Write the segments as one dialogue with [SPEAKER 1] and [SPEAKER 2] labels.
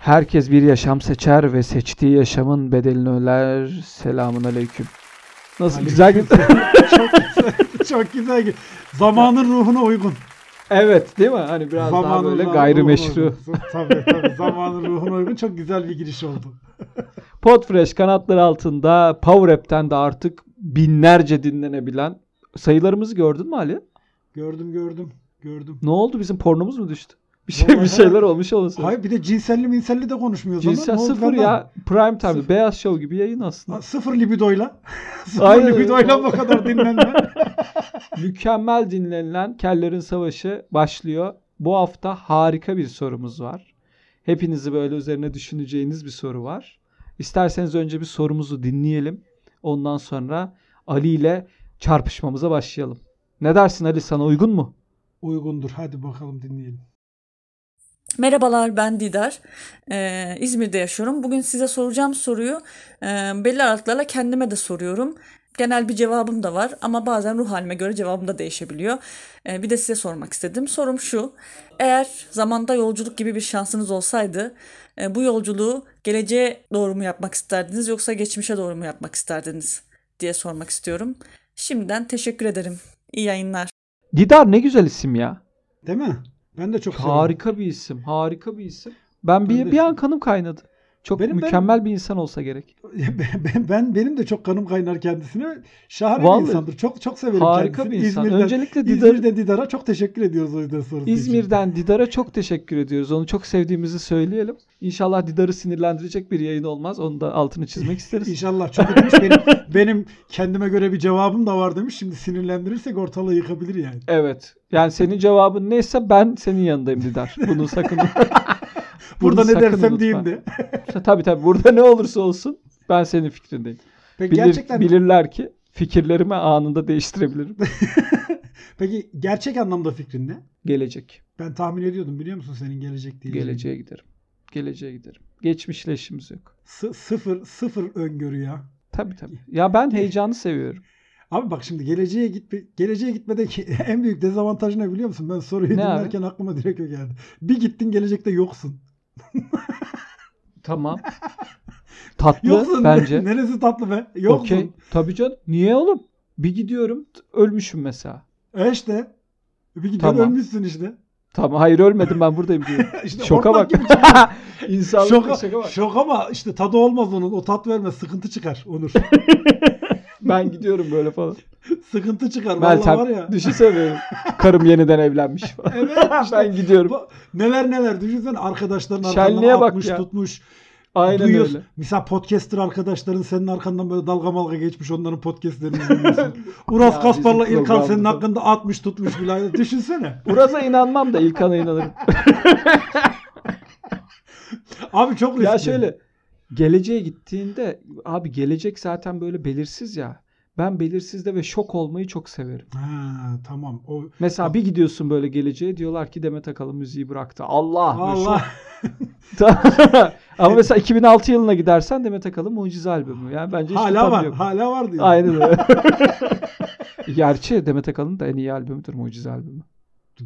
[SPEAKER 1] Herkes bir yaşam seçer ve seçtiği yaşamın bedelini öler. Selamun aleyküm. Nasıl güzel bir...
[SPEAKER 2] çok güzel, çok güzel. ki- Zamanın ruhuna uygun.
[SPEAKER 1] evet değil mi? Hani biraz daha
[SPEAKER 2] Zamanın
[SPEAKER 1] böyle
[SPEAKER 2] ruhuna
[SPEAKER 1] gayrimeşru.
[SPEAKER 2] uygun. Tabii tabii. Zamanın ruhuna uygun. Çok güzel bir giriş oldu.
[SPEAKER 1] Podfresh kanatları altında Power App'ten de artık binlerce dinlenebilen sayılarımızı gördün mü Ali?
[SPEAKER 2] Gördüm gördüm. Gördüm.
[SPEAKER 1] Ne oldu bizim pornomuz mu düştü? Bir şey
[SPEAKER 2] Vallahi-
[SPEAKER 1] bir şeyler olmuş olası.
[SPEAKER 2] Hayır bir de cinselli minselli de konuşmuyoruz. ama
[SPEAKER 1] Cinsel
[SPEAKER 2] ne oldu
[SPEAKER 1] sıfır
[SPEAKER 2] lan?
[SPEAKER 1] ya. Prime time.
[SPEAKER 2] Sıfır.
[SPEAKER 1] Beyaz Show gibi yayın aslında.
[SPEAKER 2] Ha, Sıfır libidoyla. sıfır
[SPEAKER 1] Aynen.
[SPEAKER 2] libidoyla bu kadar dinlenme.
[SPEAKER 1] Mükemmel dinlenilen Kellerin Savaşı başlıyor. Bu hafta harika bir sorumuz var. Hepinizi böyle üzerine düşüneceğiniz bir soru var. İsterseniz önce bir sorumuzu dinleyelim. Ondan sonra Ali ile çarpışmamıza başlayalım. Ne dersin Ali sana uygun mu?
[SPEAKER 2] Uygundur. Hadi bakalım dinleyelim.
[SPEAKER 3] Merhabalar ben Didar. Ee, İzmir'de yaşıyorum. Bugün size soracağım soruyu e, belli aralıklarla kendime de soruyorum. Genel bir cevabım da var ama bazen ruh halime göre cevabım da değişebiliyor. Ee, bir de size sormak istedim. Sorum şu. Eğer zamanda yolculuk gibi bir şansınız olsaydı e, bu yolculuğu geleceğe doğru mu yapmak isterdiniz yoksa geçmişe doğru mu yapmak isterdiniz diye sormak istiyorum. Şimdiden teşekkür ederim. İyi yayınlar.
[SPEAKER 1] Didar ne güzel isim ya.
[SPEAKER 2] Değil mi? Ben de çok seviyorum.
[SPEAKER 1] Harika bir isim. Harika bir isim. Ben bir,
[SPEAKER 2] Ben de
[SPEAKER 1] bir an
[SPEAKER 2] isim.
[SPEAKER 1] kanım kaynadı. Çok
[SPEAKER 2] Benim- ben-
[SPEAKER 1] mükemmel bir insan olsa gerek.
[SPEAKER 2] ben, ben benim de çok kanım kaynar kendisine. Şahane
[SPEAKER 1] Vallahi.
[SPEAKER 2] bir insandır. Çok çok severim
[SPEAKER 1] Harika bir
[SPEAKER 2] kendisini.
[SPEAKER 1] insan.
[SPEAKER 2] İzmir'den,
[SPEAKER 1] Öncelikle Didar,
[SPEAKER 2] İzmir'de Didar'a çok teşekkür ediyoruz o yüzden sorun
[SPEAKER 1] İzmir'den Didar'a çok teşekkür ediyoruz. Onu çok sevdiğimizi söyleyelim. İnşallah Didar'ı sinirlendirecek bir yayın olmaz. Onu da altını çizmek isteriz.
[SPEAKER 2] İnşallah çok demiş benim, benim kendime göre bir cevabım da var demiş. Şimdi sinirlendirirsek ortalığı yıkabilir yani.
[SPEAKER 1] evet. Yani senin cevabın neyse ben senin yanındayım Didar. Bunu sakın.
[SPEAKER 2] Burada
[SPEAKER 1] sakın
[SPEAKER 2] ne dersem
[SPEAKER 1] unutma.
[SPEAKER 2] diyeyim de.
[SPEAKER 1] tabii tabii. Burada ne olursa olsun ben senin fikrindeyim.
[SPEAKER 2] Peki
[SPEAKER 1] Bilir-
[SPEAKER 2] gerçekten
[SPEAKER 1] Bilirler ki fikirlerimi anında değiştirebilirim.
[SPEAKER 2] peki gerçek anlamda fikrin ne?
[SPEAKER 1] Gelecek.
[SPEAKER 2] Ben tahmin ediyordum biliyor musun senin gelecek diye.
[SPEAKER 1] Geleceğe giderim. Geleceğe giderim. Geçmişle işimiz yok.
[SPEAKER 2] Sı- sıfır sıfır öngörü ya.
[SPEAKER 1] Tabii tabii. Ya ben heyecanı seviyorum.
[SPEAKER 2] Abi bak şimdi geleceğe gitme geleceğe gitmedeki en büyük dezavantajı ne biliyor musun? Ben soruyu
[SPEAKER 1] Ne
[SPEAKER 2] dinlerken aklıma direkt o geldi. Bir gittin gelecekte yoksun.
[SPEAKER 1] Tamam. Tatlı
[SPEAKER 2] Yoksun.
[SPEAKER 1] bence.
[SPEAKER 2] Neresi tatlı be? Yoksun.
[SPEAKER 1] Okey. Tabii canım. Niye oğlum? Bir gidiyorum t- ölmüşüm mesela.
[SPEAKER 2] E işte. Bir gidiyorsun
[SPEAKER 1] Tamam.
[SPEAKER 2] ölmüşsün işte.
[SPEAKER 1] Tamam hayır ölmedim ben buradayım diyor.
[SPEAKER 2] İşte
[SPEAKER 1] şoka bak.
[SPEAKER 2] hortlak gibi
[SPEAKER 1] İnsanlık şoka,
[SPEAKER 2] Şok,
[SPEAKER 1] bak.
[SPEAKER 2] şok ama işte tadı olmaz onun. O tat vermez. Sıkıntı çıkar Onur.
[SPEAKER 1] Ben gidiyorum böyle falan.
[SPEAKER 2] sıkıntı çıkar. Vallahi var ya.
[SPEAKER 1] Meltem düşünsene benim. Karım yeniden evlenmiş falan.
[SPEAKER 2] Evet işte.
[SPEAKER 1] ben gidiyorum.
[SPEAKER 2] Bak, neler neler düşünsene arkadaşların
[SPEAKER 1] Şenliğe
[SPEAKER 2] arkandan
[SPEAKER 1] bak
[SPEAKER 2] atmış
[SPEAKER 1] ya.
[SPEAKER 2] tutmuş.
[SPEAKER 1] Aynen
[SPEAKER 2] duyuyorsun.
[SPEAKER 1] öyle.
[SPEAKER 2] Mesela podcaster arkadaşların senin arkandan böyle dalga malga geçmiş onların podcastlerini dinliyorsun. Uras
[SPEAKER 1] Ya
[SPEAKER 2] Kaspar'la
[SPEAKER 1] bizim
[SPEAKER 2] İlkan senin
[SPEAKER 1] programda.
[SPEAKER 2] hakkında atmış tutmuş bile. Hani Düşünsene.
[SPEAKER 1] Uraz'a inanmam da İlkan'a inanırım.
[SPEAKER 2] Abi çok riskli.
[SPEAKER 1] ya şöyle. Geleceğe gittiğinde abi gelecek zaten böyle belirsiz ya. Ben belirsizde ve şok olmayı çok severim.
[SPEAKER 2] Ha, tamam. O,
[SPEAKER 1] Mesela bir gidiyorsun böyle geleceğe diyorlar ki Demet Akalın müziği bıraktı. Allah! böyle şok
[SPEAKER 2] Allah.
[SPEAKER 1] Tamam.
[SPEAKER 2] E,
[SPEAKER 1] Ama mesela 2006 yılına gidersen Demet Akalın mucize albümü. Yani bence hiçbir
[SPEAKER 2] hala
[SPEAKER 1] tadı
[SPEAKER 2] var.
[SPEAKER 1] yok.
[SPEAKER 2] Hala var diyor.
[SPEAKER 1] Aynen öyle. E, Gerçi Demet Akalın da en iyi albümüdür mucize albümü.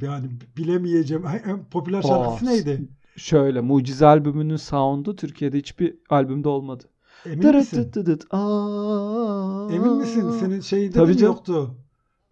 [SPEAKER 2] Yani bilemeyeceğim. En- En popüler şarkısı
[SPEAKER 1] Aa,
[SPEAKER 2] neydi?
[SPEAKER 1] Şöyle mucize albümünün soundu Türkiye'de hiçbir albümde olmadı.
[SPEAKER 2] Emin
[SPEAKER 1] Dırıt dıt
[SPEAKER 2] misin?
[SPEAKER 1] dıt dıt. Aa.
[SPEAKER 2] Emin misin? Senin şeyde
[SPEAKER 1] Tabii
[SPEAKER 2] mi
[SPEAKER 1] canım.
[SPEAKER 2] yoktu?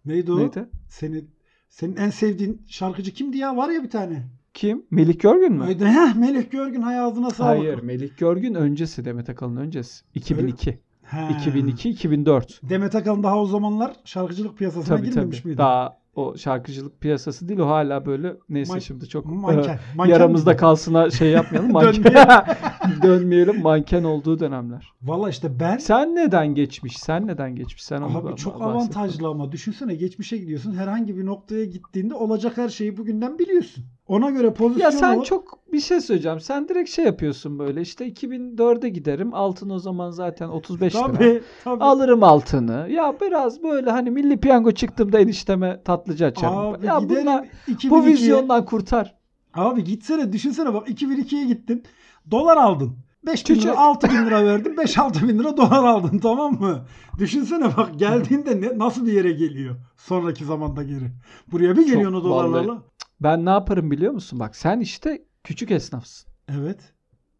[SPEAKER 2] Neydi o?
[SPEAKER 1] Neydi?
[SPEAKER 2] Senin senin en sevdiğin şarkıcı kimdi ya? Var ya bir tane.
[SPEAKER 1] Kim? Melih Görgün mü?
[SPEAKER 2] Öyle, heh, Melek Görgün hay ağzına sağlık.
[SPEAKER 1] Hayır, Melih Görgün öncesi Demet Akalın öncesi. 2002.
[SPEAKER 2] Ha.
[SPEAKER 1] 2002 2004.
[SPEAKER 2] Demet Akalın daha o zamanlar şarkıcılık piyasasına
[SPEAKER 1] Tabii
[SPEAKER 2] girmemiş
[SPEAKER 1] tabii.
[SPEAKER 2] miydi?
[SPEAKER 1] Daha o şarkıcılık piyasası değil o hala böyle neyse
[SPEAKER 2] Man-
[SPEAKER 1] şimdi çok
[SPEAKER 2] Manken.
[SPEAKER 1] e,
[SPEAKER 2] manken
[SPEAKER 1] yaramızda
[SPEAKER 2] miydi?
[SPEAKER 1] kalsına şey yapmayalım. Manken, dönmeyelim manken olduğu dönemler.
[SPEAKER 2] Valla işte ben
[SPEAKER 1] Sen neden geçmiş? Sen neden geçmiş? Sen onu
[SPEAKER 2] abi
[SPEAKER 1] da-
[SPEAKER 2] çok
[SPEAKER 1] bahset.
[SPEAKER 2] avantajlı ama düşünsene geçmişe gidiyorsun herhangi bir noktaya gittiğinde olacak her şeyi bugünden biliyorsun. Ona göre pozisyon
[SPEAKER 1] Ya sen
[SPEAKER 2] alıp-
[SPEAKER 1] çok bir şey söyleyeceğim. Sen direkt şey yapıyorsun böyle işte 2004'e giderim. Altın o zaman zaten 35 lira.
[SPEAKER 2] tabii, tabii.
[SPEAKER 1] Alırım altını. Ya biraz böyle hani milli piyango çıktığımda enişteme tatlıcı açarım.
[SPEAKER 2] Abi
[SPEAKER 1] ya
[SPEAKER 2] giderim
[SPEAKER 1] bunlar,
[SPEAKER 2] 2002'ye.
[SPEAKER 1] bu vizyondan kurtar.
[SPEAKER 2] Abi gitsene düşünsene bak 2002'ye gittin. Dolar aldın. 5 bin
[SPEAKER 1] Küçük.
[SPEAKER 2] lira 6 bin lira verdin. 5-6 bin lira dolar aldın tamam mı? Düşünsene bak geldiğinde ne, nasıl bir yere geliyor. Sonraki zamanda geri. Buraya bir geliyorsun o dolarlarla.
[SPEAKER 1] Ben ne yaparım biliyor musun? Bak sen işte küçük esnafsın.
[SPEAKER 2] Evet.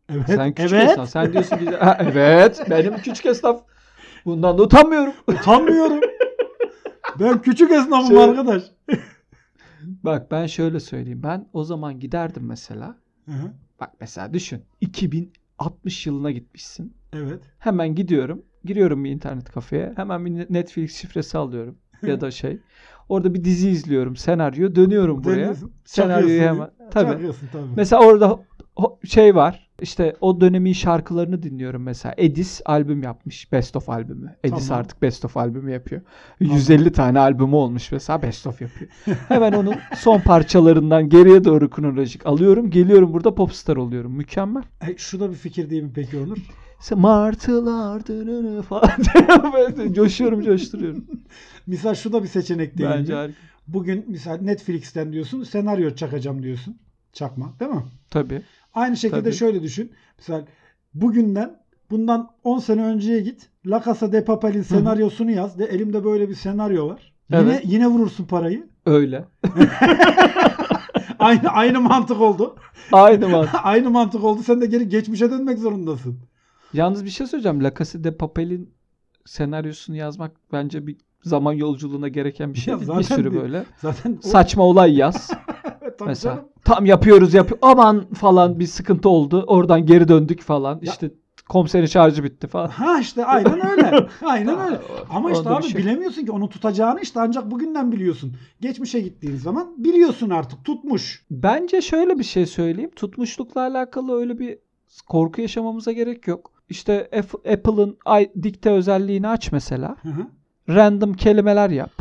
[SPEAKER 2] Evet.
[SPEAKER 1] Sen küçük
[SPEAKER 2] evet.
[SPEAKER 1] esnaf. Sen diyorsun ki Ha, evet benim küçük esnaf. Bundan da utanmıyorum.
[SPEAKER 2] Utanmıyorum. ben küçük esnafım
[SPEAKER 1] Şey-
[SPEAKER 2] arkadaş.
[SPEAKER 1] Bak ben şöyle söyleyeyim. Ben o zaman giderdim mesela.
[SPEAKER 2] Hı hı,
[SPEAKER 1] Bak mesela düşün. 2060 yılına gitmişsin.
[SPEAKER 2] evet.
[SPEAKER 1] Hemen gidiyorum. Giriyorum bir internet kafeye. Hemen bir Netflix şifresi alıyorum. Ya da şey. Orada bir dizi izliyorum. Senaryo. Dönüyorum buraya.
[SPEAKER 2] Deniyorsun,
[SPEAKER 1] Senaryoyu
[SPEAKER 2] çakıyorsun,
[SPEAKER 1] hemen. Tabii.
[SPEAKER 2] çakıyorsun tabii.
[SPEAKER 1] Mesela orada ho- şey var. İşte o dönemin şarkılarını dinliyorum mesela. Edis albüm yapmış. Best of albümü. Edis
[SPEAKER 2] Tamam.
[SPEAKER 1] artık best of albümü yapıyor. 150 tane albümü olmuş mesela best of yapıyor. Hemen onun son parçalarından geriye doğru kronolojik alıyorum. Geliyorum burada popstar oluyorum. Mükemmel.
[SPEAKER 2] E, şu da bir fikir değil mi peki Onur?
[SPEAKER 1] İşte martılar dırırı falan böyle coşuyorum coşturuyorum.
[SPEAKER 2] Misal şu da bir seçenek değil
[SPEAKER 1] Bence
[SPEAKER 2] mi?
[SPEAKER 1] harika.
[SPEAKER 2] Bugün misal Netflix'ten diyorsun senaryo çakacağım diyorsun. Çakma değil mi?
[SPEAKER 1] Tabii.
[SPEAKER 2] Aynı şekilde
[SPEAKER 1] Tabii.
[SPEAKER 2] şöyle düşün. Misal bugünden bundan 10 sene önceye git. La Casa de Papel'in senaryosunu yaz. De elimde böyle bir senaryo var. Yine
[SPEAKER 1] Evet.
[SPEAKER 2] yine vurursun parayı.
[SPEAKER 1] Öyle.
[SPEAKER 2] Aynı aynı mantık oldu.
[SPEAKER 1] Aynı mantık.
[SPEAKER 2] aynı mantık oldu. Sen de geri geçmişe dönmek zorundasın.
[SPEAKER 1] Yalnız bir şey söyleyeceğim. La Casa de Papel'in senaryosunu yazmak bence bir zaman yolculuğuna gereken bir şey.
[SPEAKER 2] Ya
[SPEAKER 1] değil. bir
[SPEAKER 2] zaten
[SPEAKER 1] sürü
[SPEAKER 2] bir-
[SPEAKER 1] böyle.
[SPEAKER 2] Zaten o-
[SPEAKER 1] Saçma olay yaz.
[SPEAKER 2] Tabii
[SPEAKER 1] mesela
[SPEAKER 2] canım.
[SPEAKER 1] tam yapıyoruz yapıyor. Aman falan bir sıkıntı oldu. Oradan geri döndük falan.
[SPEAKER 2] Ya-
[SPEAKER 1] İşte komiserin şarjı bitti falan.
[SPEAKER 2] Ha işte aynen öyle. Aynen öyle. Ama işte
[SPEAKER 1] Onda bir
[SPEAKER 2] abi
[SPEAKER 1] şey yok.
[SPEAKER 2] bilemiyorsun ki onu tutacağını işte ancak bugünden biliyorsun. Geçmişe gittiğin zaman biliyorsun artık tutmuş.
[SPEAKER 1] Bence şöyle bir şey söyleyeyim. Tutmuşlukla alakalı öyle bir korku yaşamamıza gerek yok. İşte F- Apple'ın i- dikte özelliğini aç mesela.
[SPEAKER 2] Hı hı.
[SPEAKER 1] Random kelimeler yap.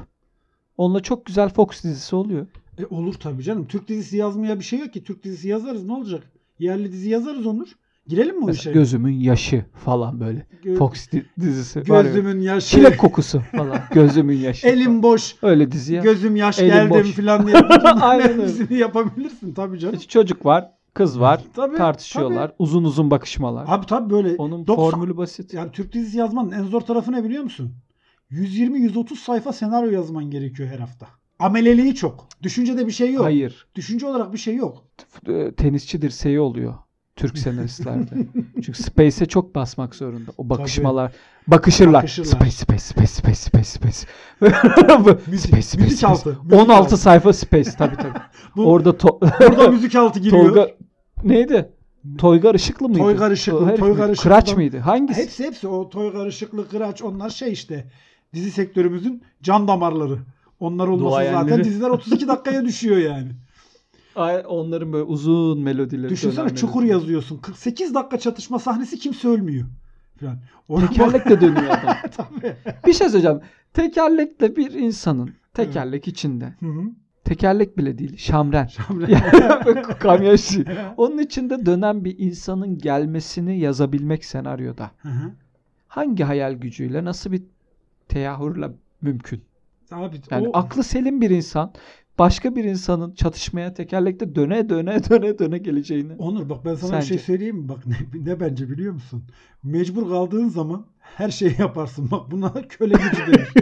[SPEAKER 1] Onunla çok güzel Fox dizisi oluyor.
[SPEAKER 2] E olur tabii canım. Türk dizisi yazmaya bir şey yok ki. Türk dizisi yazarız ne olacak? Yerli dizi yazarız Onur. Girelim mi o
[SPEAKER 1] Mesela
[SPEAKER 2] işe?
[SPEAKER 1] gözümün yaşı falan böyle.
[SPEAKER 2] Gö-
[SPEAKER 1] Fox di- dizisi var ya.
[SPEAKER 2] Gözümün yaşı.
[SPEAKER 1] Çilek kokusu falan. Gözümün yaşı.
[SPEAKER 2] Elim boş.
[SPEAKER 1] Öyle dizi ya.
[SPEAKER 2] Gözüm yaş
[SPEAKER 1] Elim
[SPEAKER 2] geldim
[SPEAKER 1] boş.
[SPEAKER 2] falan diye.
[SPEAKER 1] Aynen öyle.
[SPEAKER 2] Aynen yapabilirsin tabii canım.
[SPEAKER 1] İşte Çocuk var, kız var.
[SPEAKER 2] Tabii,
[SPEAKER 1] tartışıyorlar. Uzun uzun bakışmalar.
[SPEAKER 2] Tabii. Abi tabii böyle.
[SPEAKER 1] Onun
[SPEAKER 2] 90
[SPEAKER 1] formülü basit.
[SPEAKER 2] Yani Türk dizisi yazmanın en zor tarafı ne biliyor musun? 120-130 sayfa senaryo yazman gerekiyor her hafta. Ameleliği çok. Düşüncede bir şey yok.
[SPEAKER 1] Hayır.
[SPEAKER 2] Düşünce olarak bir şey yok.
[SPEAKER 1] F- e, Tenisçi dirseği oluyor Türk senaristlerde. Çünkü space'e çok basmak zorunda. O bakışmalar. Bakışırlar.
[SPEAKER 2] Bakışırlar.
[SPEAKER 1] Space, space, space, space, space, space. space, space,
[SPEAKER 2] müzik
[SPEAKER 1] space.
[SPEAKER 2] altı, müzik
[SPEAKER 1] 16
[SPEAKER 2] altı.
[SPEAKER 1] sayfa space tabii tabii.
[SPEAKER 2] Bu,
[SPEAKER 1] Orada to-
[SPEAKER 2] burada müzik altı giriyor.
[SPEAKER 1] Tolga neydi? Toygar Işıklı mıydı?
[SPEAKER 2] Toygar Işıklı,
[SPEAKER 1] O herif
[SPEAKER 2] Toygar
[SPEAKER 1] miydi?
[SPEAKER 2] Işıklı'dan-
[SPEAKER 1] Kıraç mıydı? Hangisi?
[SPEAKER 2] Hepsi hepsi o Toygar Işıklı Kıraç onlar şey işte dizi sektörümüzün can damarları. Onlar olmasa zaten
[SPEAKER 1] Duayenleri.
[SPEAKER 2] diziler 32 dakikaya düşüyor yani.
[SPEAKER 1] Ay, onların böyle uzun melodileri.
[SPEAKER 2] Düşünsene
[SPEAKER 1] dönen
[SPEAKER 2] çukur
[SPEAKER 1] melodileri.
[SPEAKER 2] yazıyorsun. 48 dakika çatışma sahnesi kimse ölmüyor. Falan. Ona bak-
[SPEAKER 1] Tekerlek de dönüyor adam.
[SPEAKER 2] Tabii.
[SPEAKER 1] Bir şey söyleyeceğim. Tekerlek de bir insanın tekerlek içinde.
[SPEAKER 2] Hı hı.
[SPEAKER 1] Tekerlek bile değil. Şamren.
[SPEAKER 2] Şamre-
[SPEAKER 1] Yani böyle Kamyon şey. Onun içinde dönen bir insanın gelmesini yazabilmek senaryoda.
[SPEAKER 2] Hı hı.
[SPEAKER 1] Hangi hayal gücüyle nasıl bir teyahürle mümkün?
[SPEAKER 2] Abi
[SPEAKER 1] Yani
[SPEAKER 2] o
[SPEAKER 1] aklı selim bir insan başka bir insanın çatışmaya tekerlekte döne döne döne döne geleceğini.
[SPEAKER 2] Onur bak ben sana bir şey
[SPEAKER 1] Sence?
[SPEAKER 2] söyleyeyim mi? Bak ne, ne bence biliyor musun? Mecbur kaldığın zaman her şeyi yaparsın. Bak buna köle gücü denir.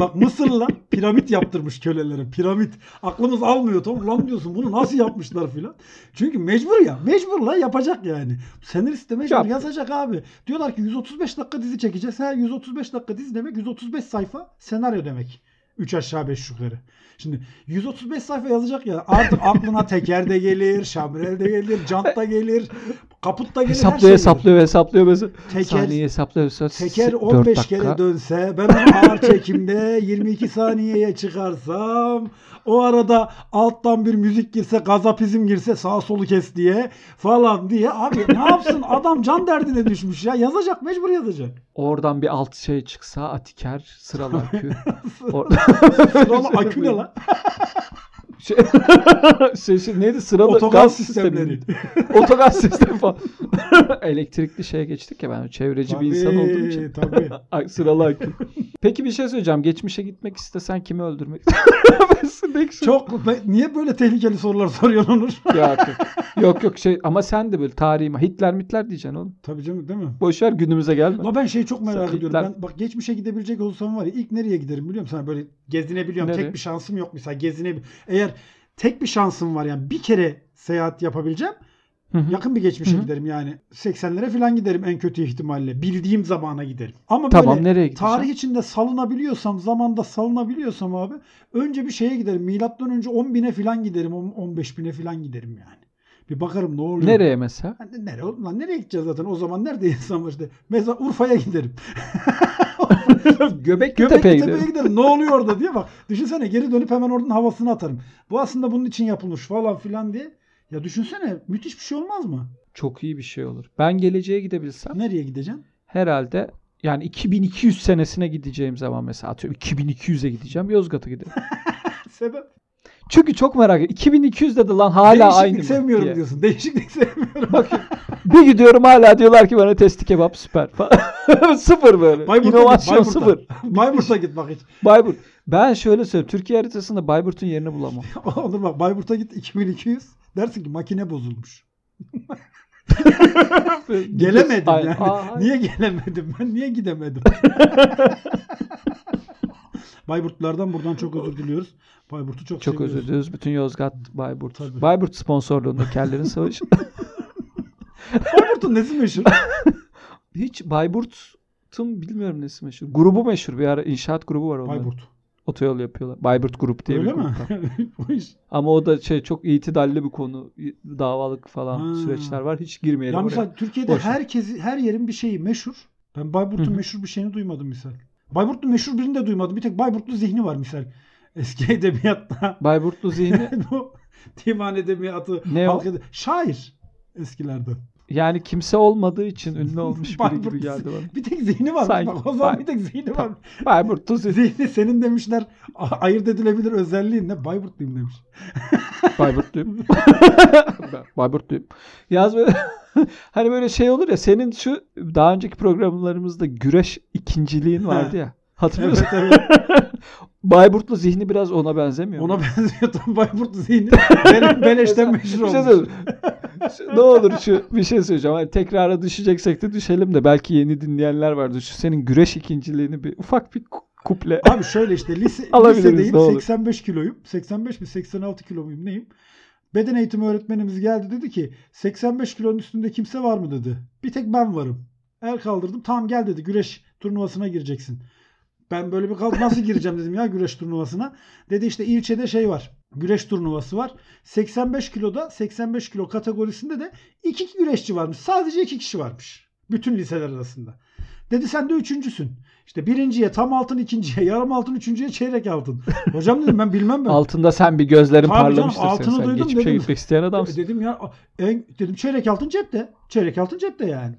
[SPEAKER 2] bak Mısır'la piramit yaptırmış kölelere. Piramit. Aklımız almıyor. Tamam lan diyorsun bunu nasıl yapmışlar filan. Çünkü mecbur ya. Mecburla yapacak yani. Senarist de mecbur
[SPEAKER 1] Yaptı.
[SPEAKER 2] yazacak abi. Diyorlar ki 135 dakika dizi çekeceğiz. Ha 135 dakika dizi demek 135 sayfa senaryo demek. 3 aşağı 5 yukarı. Şimdi 135 sayfa yazacak ya artık aklına teker de gelir, şamrel de gelir, jant da gelir, kaput da gelir. her
[SPEAKER 1] Hesaplıyor
[SPEAKER 2] şey gelir.
[SPEAKER 1] hesaplıyor hesaplıyor mesela.
[SPEAKER 2] Teker-
[SPEAKER 1] Saniye hesaplıyor. hesaplıyor.
[SPEAKER 2] Teker
[SPEAKER 1] Dört
[SPEAKER 2] 15
[SPEAKER 1] dakika.
[SPEAKER 2] kere dönse ben onu ağır çekimde 22 saniyeye çıkarsam o arada alttan bir müzik girse gazapizm girse sağ solu kes diye falan diye abi ne yapsın adam can derdine düşmüş ya yazacak mecbur yazacak.
[SPEAKER 1] Oradan bir alt şey çıksa Atiker sıralar. kü- Or-
[SPEAKER 2] Sıralı akü ne lan?
[SPEAKER 1] şey, şey, şey, neydi sıralı
[SPEAKER 2] Otogaz
[SPEAKER 1] gaz
[SPEAKER 2] sistemleri.
[SPEAKER 1] sistemi. Otogaz sistemi falan. Elektrikli şeye geçtik ya ben çevreci bir insan olduğum için.
[SPEAKER 2] Tabii.
[SPEAKER 1] Ay, sıralı akım. Peki bir şey söyleyeceğim. Geçmişe gitmek istesen kimi öldürmek? Ben sinek şu-
[SPEAKER 2] Çok be- niye böyle tehlikeli sorular soruyorsun Onur?
[SPEAKER 1] Ya artık. Yok yok şey ama sen de böyle tarihi Hitler mitler diyeceksin oğlum.
[SPEAKER 2] Tabii canım değil mi?
[SPEAKER 1] Boşver günümüze gelme.
[SPEAKER 2] La ben şeyi çok merak
[SPEAKER 1] Sen-
[SPEAKER 2] ediyorum. Ben bak geçmişe gidebilecek olsam var ya ilk nereye giderim biliyor musun? Hani böyle gezinebiliyorum.
[SPEAKER 1] Nereye?
[SPEAKER 2] Tek bir şansım yok mesela gezine. Eğer tek bir şansım var yani bir kere seyahat yapabileceğim.
[SPEAKER 1] hı.
[SPEAKER 2] Yakın bir geçmişe
[SPEAKER 1] Hı hı.
[SPEAKER 2] giderim yani. 80'lere falan giderim en kötü ihtimalle. Bildiğim zamana giderim. Ama
[SPEAKER 1] Tamam
[SPEAKER 2] böyle
[SPEAKER 1] nereye gideceğim?
[SPEAKER 2] tarih içinde salınabiliyorsam, zamanda salınabiliyorsam abi önce bir şeye giderim. Milattan önce 10 bine falan giderim. 15 bine falan giderim yani. Bir bakarım ne oluyor.
[SPEAKER 1] Nereye mesela?
[SPEAKER 2] Ha, ne- Nereye oğlum lan? Nereye gideceğiz zaten? O zaman nerede insan var işte? Mesela Urfa'ya giderim.
[SPEAKER 1] Göbekli
[SPEAKER 2] Göbekli
[SPEAKER 1] Tepe'ye
[SPEAKER 2] Tepe'ye
[SPEAKER 1] gidelim.
[SPEAKER 2] giderim. Ne oluyor orada diye bak. Düşünsene geri dönüp hemen oradan havasını atarım. Bu aslında bunun için yapılmış falan filan diye. Ya düşünsene müthiş bir şey olmaz mı?
[SPEAKER 1] Çok iyi bir şey olur. Ben geleceğe gidebilsem
[SPEAKER 2] Nereye gideceksin?
[SPEAKER 1] herhalde yani 2200 senesine gideceğim zaman mesela atıyorum 2200'e gideceğim Yozgat'a giderim.
[SPEAKER 2] Sebep?
[SPEAKER 1] Çünkü çok merak ediyorum. 2200'de de lan hala
[SPEAKER 2] Değişiklik
[SPEAKER 1] aynı mı?
[SPEAKER 2] sevmiyorum
[SPEAKER 1] diye.
[SPEAKER 2] diyorsun. Değişiklik sevmiyorum.
[SPEAKER 1] Bir gidiyorum hala diyorlar ki bana testi kebap süper falan. sıfır böyle.
[SPEAKER 2] Bayburt'a
[SPEAKER 1] İnovasyon
[SPEAKER 2] git,
[SPEAKER 1] sıfır.
[SPEAKER 2] Bayburt'a. Bayburt'a git bak hiç.
[SPEAKER 1] Bayburt. Ben şöyle söyleyeyim. Türkiye haritasında Bayburt'un yerini bulamam.
[SPEAKER 2] Onur bak Bayburt'a git 2200. Dersin ki makine bozulmuş. Gelemedim
[SPEAKER 1] Ay-
[SPEAKER 2] yani.
[SPEAKER 1] Aa, hayır.
[SPEAKER 2] Niye gelemedim ben? Niye gidemedim? Bayburtlardan buradan çok özür diliyoruz. Bayburt'u çok
[SPEAKER 1] Çok özür
[SPEAKER 2] seviyoruz.
[SPEAKER 1] diliyoruz. Bütün Yozgat, Bayburt.
[SPEAKER 2] Tabii.
[SPEAKER 1] Bayburt sponsorluğunda kellerin savaşı.
[SPEAKER 2] Bayburt'un nesi meşhur?
[SPEAKER 1] Hiç Bayburt'un bilmiyorum nesi meşhur. Grubu meşhur bir ara. inşaat grubu var onların.
[SPEAKER 2] Bayburt.
[SPEAKER 1] Otoyol yapıyorlar. Bayburt Grup diye
[SPEAKER 2] Öyle
[SPEAKER 1] bir
[SPEAKER 2] mi?
[SPEAKER 1] grup var.
[SPEAKER 2] Bu iş.
[SPEAKER 1] Ama o da şey çok itidalli bir konu. Davalık falan
[SPEAKER 2] Ha.
[SPEAKER 1] süreçler var. Hiç girmeyelim
[SPEAKER 2] Ya
[SPEAKER 1] oraya.
[SPEAKER 2] mesela Türkiye'de
[SPEAKER 1] Boş ver.
[SPEAKER 2] herkesi, her yerin bir şeyi meşhur. Ben Bayburt'un
[SPEAKER 1] Hı hı.
[SPEAKER 2] meşhur bir şeyini duymadım misal. Bayburtlu meşhur birini de duymadım. Bir tek Bayburtlu zihni var misal. Eski edebiyatta.
[SPEAKER 1] Bayburtlu zihni
[SPEAKER 2] Bu Divan edebiyatı.
[SPEAKER 1] Ne o?
[SPEAKER 2] halk ede- Şair eskilerden.
[SPEAKER 1] yani kimse olmadığı için ünlü olmuş biri
[SPEAKER 2] Bayburt
[SPEAKER 1] gibi geldi bana.
[SPEAKER 2] Bir tek zihni var.
[SPEAKER 1] Sanki-
[SPEAKER 2] Bak o zaman
[SPEAKER 1] Bay-
[SPEAKER 2] bir tek zihni var.
[SPEAKER 1] Tamam. Bayburtlu zihni.
[SPEAKER 2] Zihni senin demişler. a- Ayırt edilebilir özelliğin ne? Bayburtluyum demiş.
[SPEAKER 1] Bayburtluyum. Ben Bayburtluyum. Yaz böyle hani böyle şey olur ya senin şu daha önceki programlarımızda güreş ikinciliğin vardı ya. Hatırlıyor
[SPEAKER 2] Evet
[SPEAKER 1] musun?
[SPEAKER 2] evet.
[SPEAKER 1] Bayburtlu zihni biraz ona benzemiyor. mu?
[SPEAKER 2] Ona benziyor tam Bayburtlu zihni. Bele- Beleşten meşhur
[SPEAKER 1] Bir şey
[SPEAKER 2] olmuş.
[SPEAKER 1] söyleyeyim. Şu- ne olur şu bir şey söyleyeceğim. Hani tekrara düşeceksek de düşelim de belki yeni dinleyenler vardır. Şu senin güreş ikinciliğini bir ufak bir ku- kuple.
[SPEAKER 2] Abi şöyle işte lise,
[SPEAKER 1] Alabiliriz, ne
[SPEAKER 2] lisedeyim
[SPEAKER 1] olur.
[SPEAKER 2] 85 kiloyum. 85 mi 86 kilo muyum neyim? Beden eğitimi öğretmenimiz geldi dedi ki 85 kilonun üstünde kimse var mı dedi. Bir tek ben varım. El kaldırdım tamam gel dedi güreş turnuvasına gireceksin. Ben böyle bir kalk nasıl gireceğim dedim ya güreş turnuvasına. Dedi işte ilçede şey var. Güreş turnuvası var. 85 kiloda 85 kilo kategorisinde de iki güreşçi varmış. Sadece iki kişi varmış. Bütün liseler arasında. Dedi sen de üçüncüsün. İşte birinciye tam altın, ikinciye yarım altın, üçüncüye çeyrek altın. Hocam dedim ben bilmem ben.
[SPEAKER 1] Altında sen bir gözlerin
[SPEAKER 2] Tabii canım,
[SPEAKER 1] parlamıştır senin.
[SPEAKER 2] altını
[SPEAKER 1] Sen
[SPEAKER 2] duydum
[SPEAKER 1] geçmişe
[SPEAKER 2] dedim.
[SPEAKER 1] gitmek isteyen adamsın.
[SPEAKER 2] E, Dedim ya en, dedim çeyrek altın cepte. Çeyrek altın cepte yani.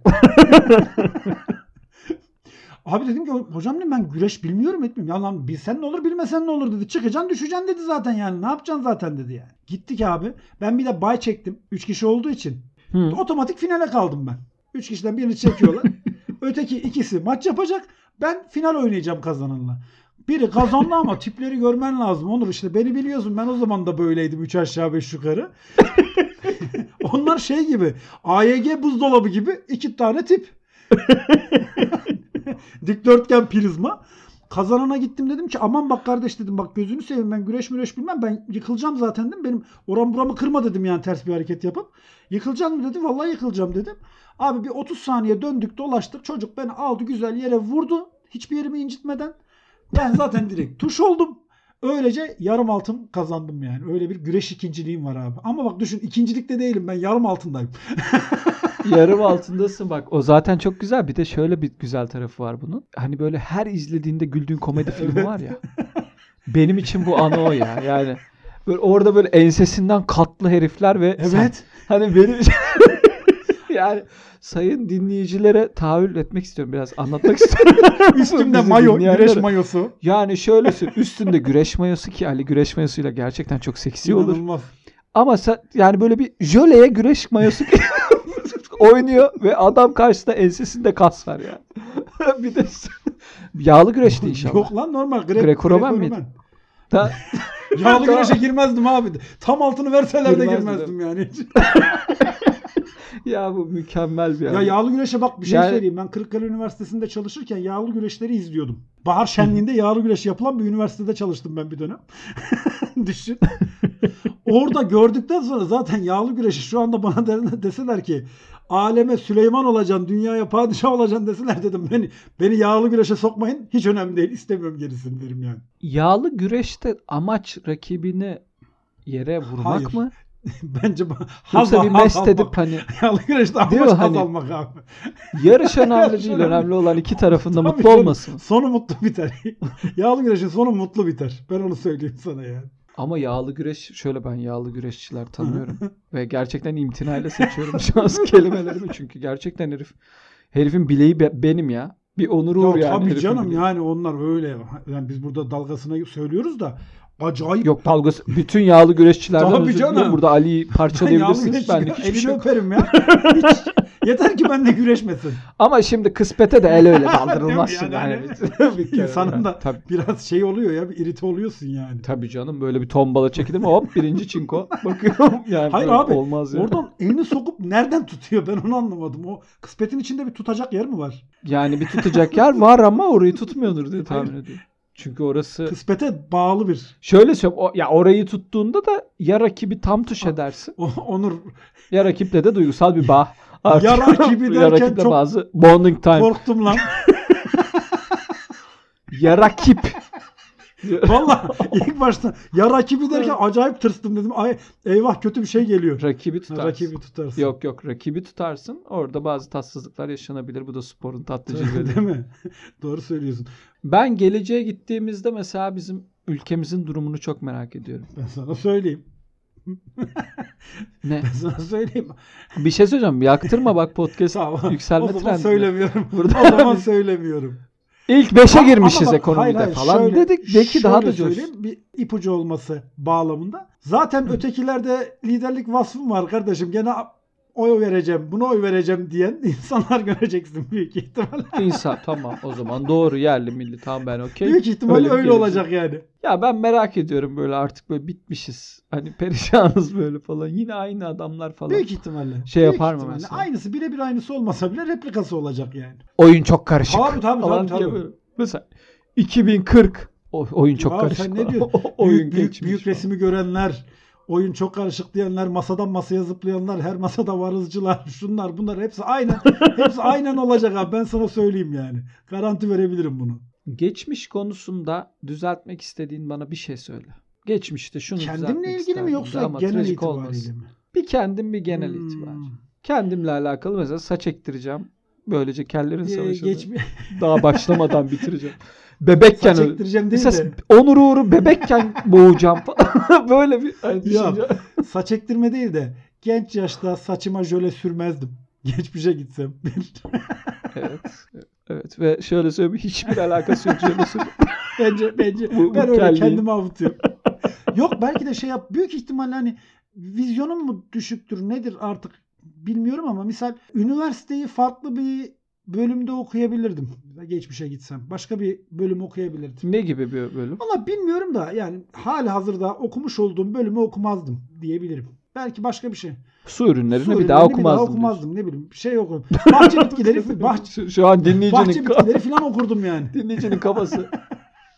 [SPEAKER 2] Abi dedim ki hocam dedim ben güreş bilmiyorum etmiyorum. Ya lan bilsen ne olur bilmesen ne olur dedi. Çıkacaksın düşeceksin dedi zaten yani. Ne yapacaksın zaten dedi yani. Gittik abi. Ben bir de bay çektim. Üç kişi olduğu için.
[SPEAKER 1] Hı.
[SPEAKER 2] Otomatik finale kaldım ben. Üç kişiden birini çekiyorlar. Öteki ikisi maç yapacak. Ben final oynayacağım kazananla. Biri kazandı ama tipleri görmen lazım. Onur işte beni biliyorsun. Ben o zaman da böyleydim. Üç aşağı beş yukarı. Onlar şey gibi. AYG buzdolabı gibi iki tane tip. Dikdörtgen prizma. Kazanana gittim dedim ki aman bak kardeş dedim bak gözünü seveyim ben güreş müreş bilmem ben yıkılacağım zaten dedim. Benim oram buramı kırma dedim yani ters bir hareket yapıp. Yıkılacaksın mı dedi. Vallahi yıkılacağım dedim. Abi bir 30 saniye döndük dolaştık. Çocuk beni aldı güzel yere vurdu. Hiçbir yerimi incitmeden. Ben zaten direkt tuş oldum. Öylece yarım altın kazandım yani. Öyle bir güreş ikinciliğim var abi. Ama bak düşün ikincilikte değilim ben yarım altındayım.
[SPEAKER 1] Yarım altındasın bak. O zaten çok güzel. Bir de şöyle bir güzel tarafı var bunun. Hani böyle her izlediğinde güldüğün komedi filmi var ya. Benim için bu ana o ya. Yani böyle orada böyle ensesinden katlı herifler ve sen.
[SPEAKER 2] Evet.
[SPEAKER 1] Hani benim yani sayın dinleyicilere tahayyül etmek istiyorum biraz anlatmak istiyorum.
[SPEAKER 2] Üstümde
[SPEAKER 1] Bizi
[SPEAKER 2] mayo,
[SPEAKER 1] dinleyenlere.
[SPEAKER 2] güreş mayosu.
[SPEAKER 1] Yani şöyle sür- üstünde güreş mayosu ki Ali güreş mayosuyla gerçekten çok seksi olur.
[SPEAKER 2] İnanılmaz.
[SPEAKER 1] Ama sen, yani böyle bir jöleye güreş mayosu oynuyor ve adam karşısında ensesinde kas var yani. bir de yağlı güreşti inşallah.
[SPEAKER 2] Yok lan normal. Gre-
[SPEAKER 1] Greco-Roman
[SPEAKER 2] Greco-Roman.
[SPEAKER 1] mıydı? Ta-
[SPEAKER 2] Yağlı güreşe girmezdim abi. Tam altını verseler de
[SPEAKER 1] Girmezdim.
[SPEAKER 2] girmezdim yani.
[SPEAKER 1] ya bu mükemmel bir
[SPEAKER 2] Ya
[SPEAKER 1] adam.
[SPEAKER 2] yağlı güreşe bak bir şey
[SPEAKER 1] Yani-
[SPEAKER 2] söyleyeyim. Ben Kırıkkale Üniversitesi'nde çalışırken yağlı güreşleri izliyordum. Bahar şenliğinde yağlı güreş yapılan bir üniversitede çalıştım ben bir dönem. Düşün. Orada gördükten sonra zaten yağlı güreşi şu anda bana de- deseler ki aleme Süleyman olacaksın, dünyaya padişah olacaksın deseler dedim beni beni yağlı güreşe sokmayın. Hiç önemli değil. istemiyorum gerisini derim yani.
[SPEAKER 1] Yağlı güreşte amaç rakibini yere vurmak
[SPEAKER 2] Hayır.
[SPEAKER 1] mı?
[SPEAKER 2] Bence ba- haz,
[SPEAKER 1] Yoksa bir
[SPEAKER 2] haz
[SPEAKER 1] mest
[SPEAKER 2] almak.
[SPEAKER 1] edip hani
[SPEAKER 2] yağlı güreşte amaç
[SPEAKER 1] Değil mi?
[SPEAKER 2] haz
[SPEAKER 1] Hani-
[SPEAKER 2] almak abi.
[SPEAKER 1] yarış önemli değil.
[SPEAKER 2] önemli.
[SPEAKER 1] Önemli olan iki tarafında
[SPEAKER 2] Tabii
[SPEAKER 1] mutlu
[SPEAKER 2] canım.
[SPEAKER 1] olmasın.
[SPEAKER 2] Sonu mutlu biter. yağlı güreşin sonu mutlu biter. Ben onu söyleyeyim sana yani.
[SPEAKER 1] Ama yağlı güreş şöyle ben yağlı güreşçiler tanıyorum ve gerçekten imtinayla seçiyorum şans kelimelerimi çünkü gerçekten herif herifin bileği be- benim ya. Bir onuru
[SPEAKER 2] Ya
[SPEAKER 1] uğur yani.
[SPEAKER 2] tabii
[SPEAKER 1] herifin
[SPEAKER 2] canım
[SPEAKER 1] bileği.
[SPEAKER 2] yani onlar öyle. Yani biz burada dalgasına söylüyoruz da acayip
[SPEAKER 1] Yok dalgası bütün yağlı güreşçilerden
[SPEAKER 2] Tabii
[SPEAKER 1] özür diliyorum.
[SPEAKER 2] canım.
[SPEAKER 1] Burada Ali'yi
[SPEAKER 2] Ben yağlı
[SPEAKER 1] parçalayabilirsiniz.
[SPEAKER 2] güreşçi-
[SPEAKER 1] Benlik hiçbir
[SPEAKER 2] elini
[SPEAKER 1] şey yok.
[SPEAKER 2] öperim ya. Hiç. Yeter ki benimle güreşmesin.
[SPEAKER 1] Ama şimdi kıspete de el öyle
[SPEAKER 2] Değil mi
[SPEAKER 1] daldırılmaz
[SPEAKER 2] yani?
[SPEAKER 1] şimdi.
[SPEAKER 2] Hani
[SPEAKER 1] Yani. Bir kere
[SPEAKER 2] İnsanın
[SPEAKER 1] yani.
[SPEAKER 2] da-
[SPEAKER 1] Tabii,
[SPEAKER 2] Biraz şey oluyor ya bir irite oluyorsun yani.
[SPEAKER 1] tabii canım böyle bir tombala çekildi mi hop birinci çinko. Bakıyorum yani
[SPEAKER 2] Hayır
[SPEAKER 1] böyle
[SPEAKER 2] abi,
[SPEAKER 1] olmaz yani.
[SPEAKER 2] Oradan elini sokup nereden tutuyor ben onu anlamadım. O kısmetin içinde bir tutacak yer mi var?
[SPEAKER 1] Yani bir tutacak yer var ama orayı tutmuyordur diye tahmin ediyorum. Çünkü orası
[SPEAKER 2] Kıspete bağlı bir.
[SPEAKER 1] Şöyle söyleyeyim. o- ya orayı tuttuğunda da ya rakibi tam
[SPEAKER 2] Ah.
[SPEAKER 1] tuş edersin.
[SPEAKER 2] O- Onur
[SPEAKER 1] Ya rakiple de duygusal bir bağ. Artık,
[SPEAKER 2] Ya rakibi
[SPEAKER 1] ya
[SPEAKER 2] derken
[SPEAKER 1] rakiple
[SPEAKER 2] çok-
[SPEAKER 1] bazı bonding time.
[SPEAKER 2] korktum lan.
[SPEAKER 1] Ya rakip.
[SPEAKER 2] Valla ilk başta ya rakibi derken acayip tırstım dedim. Ay eyvah kötü bir şey geliyor.
[SPEAKER 1] rakibi tutarsın.
[SPEAKER 2] Rakibi tutarsın.
[SPEAKER 1] Yok yok rakibi tutarsın. Orada bazı tatsızlıklar yaşanabilir. Bu da sporun tatlı
[SPEAKER 2] Değil
[SPEAKER 1] cilveleri.
[SPEAKER 2] mi? Doğru söylüyorsun.
[SPEAKER 1] ben geleceğe gittiğimizde mesela bizim ülkemizin durumunu çok merak ediyorum.
[SPEAKER 2] Ben sana söyleyeyim.
[SPEAKER 1] Ne?
[SPEAKER 2] Ben sana söyleyeyim.
[SPEAKER 1] Bir şey söyleyeceğim. Yaktırma bak podcast
[SPEAKER 2] Sağ ol.
[SPEAKER 1] yükselme
[SPEAKER 2] o zaman
[SPEAKER 1] trendi.
[SPEAKER 2] söylemiyorum.
[SPEAKER 1] Burada-
[SPEAKER 2] o zaman söylemiyorum.
[SPEAKER 1] İlk 5'e
[SPEAKER 2] Ama
[SPEAKER 1] girmişiz
[SPEAKER 2] bak,
[SPEAKER 1] ekonomide
[SPEAKER 2] hayır, hayır,
[SPEAKER 1] falan
[SPEAKER 2] şöyle-
[SPEAKER 1] dedik. De ki daha
[SPEAKER 2] şöyle
[SPEAKER 1] da coşsun.
[SPEAKER 2] söyleyeyim, Bir ipucu olması bağlamında. Zaten ötekilerde liderlik vasfım var kardeşim. Gene oy vereceğim, buna oy vereceğim diyen insanlar göreceksin büyük ihtimalle.
[SPEAKER 1] İnsan tamam o zaman doğru yerli milli tamam ben okey.
[SPEAKER 2] Büyük ihtimalle
[SPEAKER 1] bir
[SPEAKER 2] öyle,
[SPEAKER 1] gelecek.
[SPEAKER 2] olacak yani.
[SPEAKER 1] Ya ben merak ediyorum böyle artık böyle bitmişiz. Hani perişanız böyle falan. Yine aynı adamlar falan.
[SPEAKER 2] Büyük ihtimalle.
[SPEAKER 1] Şey
[SPEAKER 2] Büyük
[SPEAKER 1] yapar mı
[SPEAKER 2] ihtimalle.
[SPEAKER 1] mesela?
[SPEAKER 2] Aynısı birebir aynısı olmasa bile replikası olacak yani.
[SPEAKER 1] Oyun çok karışık.
[SPEAKER 2] Tabii, tabii,
[SPEAKER 1] falan
[SPEAKER 2] tabii,
[SPEAKER 1] diye
[SPEAKER 2] tabii.
[SPEAKER 1] böyle. Mesela 2040 o- oyun çok
[SPEAKER 2] Abi sen
[SPEAKER 1] karışık.
[SPEAKER 2] ne
[SPEAKER 1] falan.
[SPEAKER 2] diyorsun?
[SPEAKER 1] oyun
[SPEAKER 2] büyük, büyük,
[SPEAKER 1] geçmiş
[SPEAKER 2] büyük
[SPEAKER 1] falan.
[SPEAKER 2] resmi görenler, oyun çok karışık diyenler, masadan masaya zıplayanlar, her masada varızcılar, şunlar bunlar hepsi aynen hepsi aynen olacak abi. Ben sana söyleyeyim yani. Garanti verebilirim bunu.
[SPEAKER 1] Geçmiş konusunda düzeltmek istediğin bana bir şey söyle. Geçmişte şunu düzeltmek
[SPEAKER 2] Kendimle ilgili
[SPEAKER 1] isterdim de
[SPEAKER 2] mi yoksa
[SPEAKER 1] ama
[SPEAKER 2] genel
[SPEAKER 1] trajik
[SPEAKER 2] itibariyle
[SPEAKER 1] olmasın.
[SPEAKER 2] mi?
[SPEAKER 1] Bir kendim bir genel
[SPEAKER 2] Hmm.
[SPEAKER 1] itibar. Kendimle alakalı mesela saç ektireceğim. Böylece kellerin
[SPEAKER 2] Ee,
[SPEAKER 1] savaşını
[SPEAKER 2] geçmi-
[SPEAKER 1] daha başlamadan bitireceğim. Bebekken
[SPEAKER 2] saç
[SPEAKER 1] öyle.
[SPEAKER 2] ektireceğim değil
[SPEAKER 1] Esas
[SPEAKER 2] de
[SPEAKER 1] onur uğru bebekken boğacağım falan. Böyle bir hani düşünce.
[SPEAKER 2] Yok. saç ektirme değil de genç yaşta saçıma jöle sürmezdim. Geçmişe gitsem.
[SPEAKER 1] Evet. Evet ve şöyle söyleyeyim hiçbir alakası yok. Şöyle söyleyeyim.
[SPEAKER 2] bence bence
[SPEAKER 1] Bu- bu
[SPEAKER 2] ben öyle
[SPEAKER 1] kelleyi.
[SPEAKER 2] kendimi avutuyorum. Yok belki de şey yap büyük ihtimalle hani vizyonum mu düşüktür nedir artık bilmiyorum ama misal üniversiteyi farklı bir bölümde okuyabilirdim. Geçmişe gitsem başka bir bölüm okuyabilirdim.
[SPEAKER 1] ne gibi bir bölüm?
[SPEAKER 2] Valla bilmiyorum da yani hali hazırda okumuş olduğum bölümü okumazdım diyebilirim. Belki başka bir şey.
[SPEAKER 1] Su ürünlerini
[SPEAKER 2] Su
[SPEAKER 1] bir daha
[SPEAKER 2] ürünlerini
[SPEAKER 1] okumazdım. diyorsun.
[SPEAKER 2] okumazdım ne bileyim. Bir şey okum. Bahçe bitkileri, bahçe,
[SPEAKER 1] Şu- Şu an
[SPEAKER 2] bahçe
[SPEAKER 1] dinleyicinin,
[SPEAKER 2] bitkileri falan okurdum yani.
[SPEAKER 1] dinleyicinin kafası.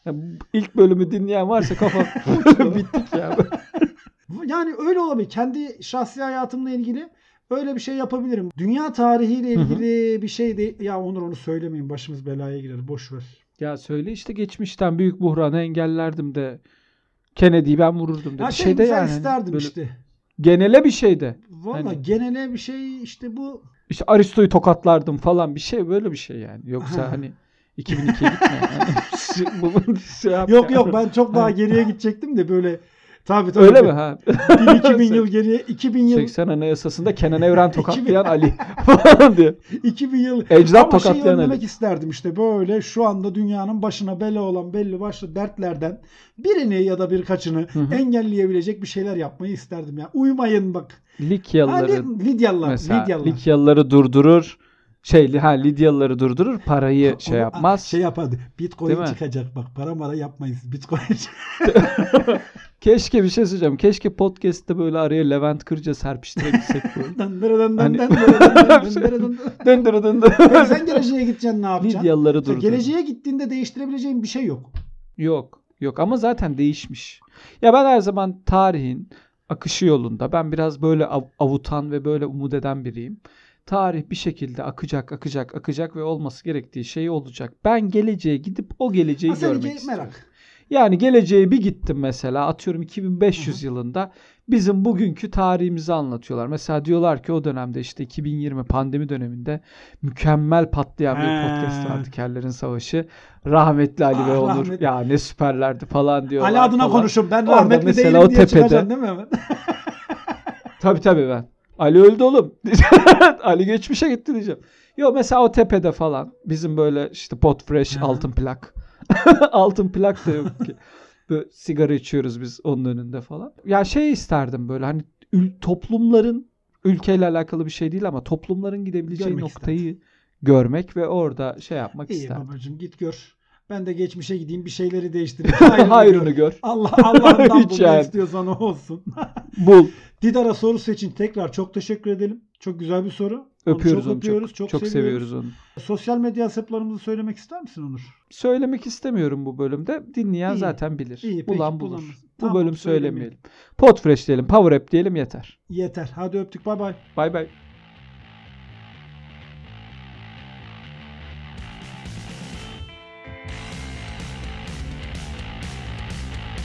[SPEAKER 1] Yani ilk bölümü dinleyen varsa kafa bittik ya.
[SPEAKER 2] Yani öyle olabilir. Kendi şahsi hayatımla ilgili öyle bir şey yapabilirim. Dünya tarihiyle
[SPEAKER 1] Hı hı.
[SPEAKER 2] ilgili bir şey de ya Onur onu söylemeyin başımız belaya girer boş ver.
[SPEAKER 1] Ya söyle işte geçmişten büyük buhranı engellerdim de Kennedy'yi ben vururdum de.
[SPEAKER 2] Ya
[SPEAKER 1] Bir
[SPEAKER 2] şey
[SPEAKER 1] şeyde
[SPEAKER 2] güzel
[SPEAKER 1] yani. hani
[SPEAKER 2] isterdim
[SPEAKER 1] Böyle
[SPEAKER 2] işte.
[SPEAKER 1] Genele bir şeyde.
[SPEAKER 2] Valla
[SPEAKER 1] Hani-
[SPEAKER 2] genele bir şey işte bu
[SPEAKER 1] İşte Aristo'yu tokatlardım falan bir şey böyle bir şey yani. Yoksa
[SPEAKER 2] Ha.
[SPEAKER 1] hani 2002'ye gitme. Yani. Bu- bu şey yap
[SPEAKER 2] Yok
[SPEAKER 1] ya.
[SPEAKER 2] yok ben çok daha
[SPEAKER 1] Hani-
[SPEAKER 2] geriye gidecektim de böyle tabii tabii.
[SPEAKER 1] Öyle mi ha?
[SPEAKER 2] 2000 yıl geriye 2000 yıl
[SPEAKER 1] 80 Anayasası'nda Kenan Evren
[SPEAKER 2] 2000
[SPEAKER 1] tokatlayan Ali falan diye.
[SPEAKER 2] 2000 yıl
[SPEAKER 1] Ecdat
[SPEAKER 2] Ama şeyi
[SPEAKER 1] tokatlayan Ali.
[SPEAKER 2] önlemek isterdim işte böyle şu anda dünyanın başına bela olan belli başlı dertlerden birini ya da birkaçını
[SPEAKER 1] hı.
[SPEAKER 2] engelleyebilecek bir şeyler yapmayı isterdim ya. Uymayın bak. Ha,
[SPEAKER 1] Likyalıları
[SPEAKER 2] Lid- Lidyalılar.
[SPEAKER 1] mesela.
[SPEAKER 2] Lidyalılar.
[SPEAKER 1] Likyalıları durdurur. Şey, ha Lidyalıları durdurur. Parayı
[SPEAKER 2] Onu-
[SPEAKER 1] şey yapmaz.
[SPEAKER 2] Şey yapardı.
[SPEAKER 1] Değil
[SPEAKER 2] Bitcoin
[SPEAKER 1] mi?
[SPEAKER 2] çıkacak bak. Para mara yapmayın. Bitcoin
[SPEAKER 1] Keşke bir şey söyleyeceğim. Keşke podcast'te böyle araya Levent Kırca serpiştirebilsek böyle. Hani-
[SPEAKER 2] çıkacak.
[SPEAKER 1] Döndürü döndürü.
[SPEAKER 2] Sen geleceğe gideceksin ne yapacaksın?
[SPEAKER 1] Lidyalıları
[SPEAKER 2] Sen
[SPEAKER 1] durdu.
[SPEAKER 2] geleceğe gittiğinde değiştirebileceğin bir şey yok.
[SPEAKER 1] Yok. Yok ama zaten değişmiş. Ya ben her zaman tarihin, akışı yolunda. Ben biraz böyle av- avutan ve böyle umut eden biriyim. Tarih bir şekilde akacak, akacak, akacak ve olması gerektiği şey olacak. Ben geleceğe gidip o geleceği
[SPEAKER 2] Ha, sen
[SPEAKER 1] görmek
[SPEAKER 2] iyice
[SPEAKER 1] istiyorum.
[SPEAKER 2] merak.
[SPEAKER 1] Yani geleceğe bir gittim mesela atıyorum 2500 yılında bizim bugünkü tarihimizi anlatıyorlar. Mesela diyorlar ki o dönemde işte 2020 pandemi döneminde mükemmel patlayan bir
[SPEAKER 2] He.
[SPEAKER 1] podcast vardı Kellerin Savaşı. Rahmetli Ali
[SPEAKER 2] Ah,
[SPEAKER 1] ve Onur
[SPEAKER 2] rahmet-
[SPEAKER 1] ya ne süperlerdi falan diyorlar.
[SPEAKER 2] Ali adına
[SPEAKER 1] falan.
[SPEAKER 2] konuşun. Ben
[SPEAKER 1] Orada
[SPEAKER 2] rahmetli
[SPEAKER 1] mesela
[SPEAKER 2] değilim
[SPEAKER 1] o
[SPEAKER 2] diye
[SPEAKER 1] tepede-
[SPEAKER 2] çıkacaksın değil mi hemen?
[SPEAKER 1] Tabii tabii ben. Ali öldü oğlum. Ali geçmişe gitti diyeceğim. Yok mesela o tepede falan bizim böyle işte pot fresh
[SPEAKER 2] Hı hı.
[SPEAKER 1] altın plak. altın plak da yok ki. Böyle sigara içiyoruz biz onun önünde falan. Ya şey isterdim böyle hani ül- toplumların ülkeyle alakalı bir şey değil ama toplumların gidebileceği
[SPEAKER 2] Görmek
[SPEAKER 1] noktayı görmek ve orada şey yapmak
[SPEAKER 2] İyi
[SPEAKER 1] isterdim.
[SPEAKER 2] babacığım git gör. Ben de geçmişe gideyim bir şeyleri değiştireyim. Hayrını
[SPEAKER 1] Hayrını
[SPEAKER 2] gör.
[SPEAKER 1] gör.
[SPEAKER 2] Allah Allah'ından
[SPEAKER 1] Hiç
[SPEAKER 2] bul ne
[SPEAKER 1] yani.
[SPEAKER 2] istiyorsan o olsun.
[SPEAKER 1] Bul.
[SPEAKER 2] Didar'a sorusu için tekrar çok teşekkür edelim. Çok güzel bir soru. Onu
[SPEAKER 1] Öpüyoruz onu
[SPEAKER 2] çok
[SPEAKER 1] çok.
[SPEAKER 2] öpüyoruz. Çok,
[SPEAKER 1] çok
[SPEAKER 2] seviyoruz.
[SPEAKER 1] seviyoruz onu.
[SPEAKER 2] Sosyal medya hesaplarımızı söylemek ister misin Onur?
[SPEAKER 1] Söylemek istemiyorum bu bölümde. Dinleyen
[SPEAKER 2] İyi,
[SPEAKER 1] zaten bilir.
[SPEAKER 2] iyi, peki,
[SPEAKER 1] Bulan bulur.
[SPEAKER 2] bulamaz.
[SPEAKER 1] Bu
[SPEAKER 2] Tamam,
[SPEAKER 1] bölüm
[SPEAKER 2] söylemeyelim.
[SPEAKER 1] söylemeyelim. Podfresh diyelim, Power App diyelim yeter.
[SPEAKER 2] Yeter. Hadi öptük. Bay bay.
[SPEAKER 1] Bay bay.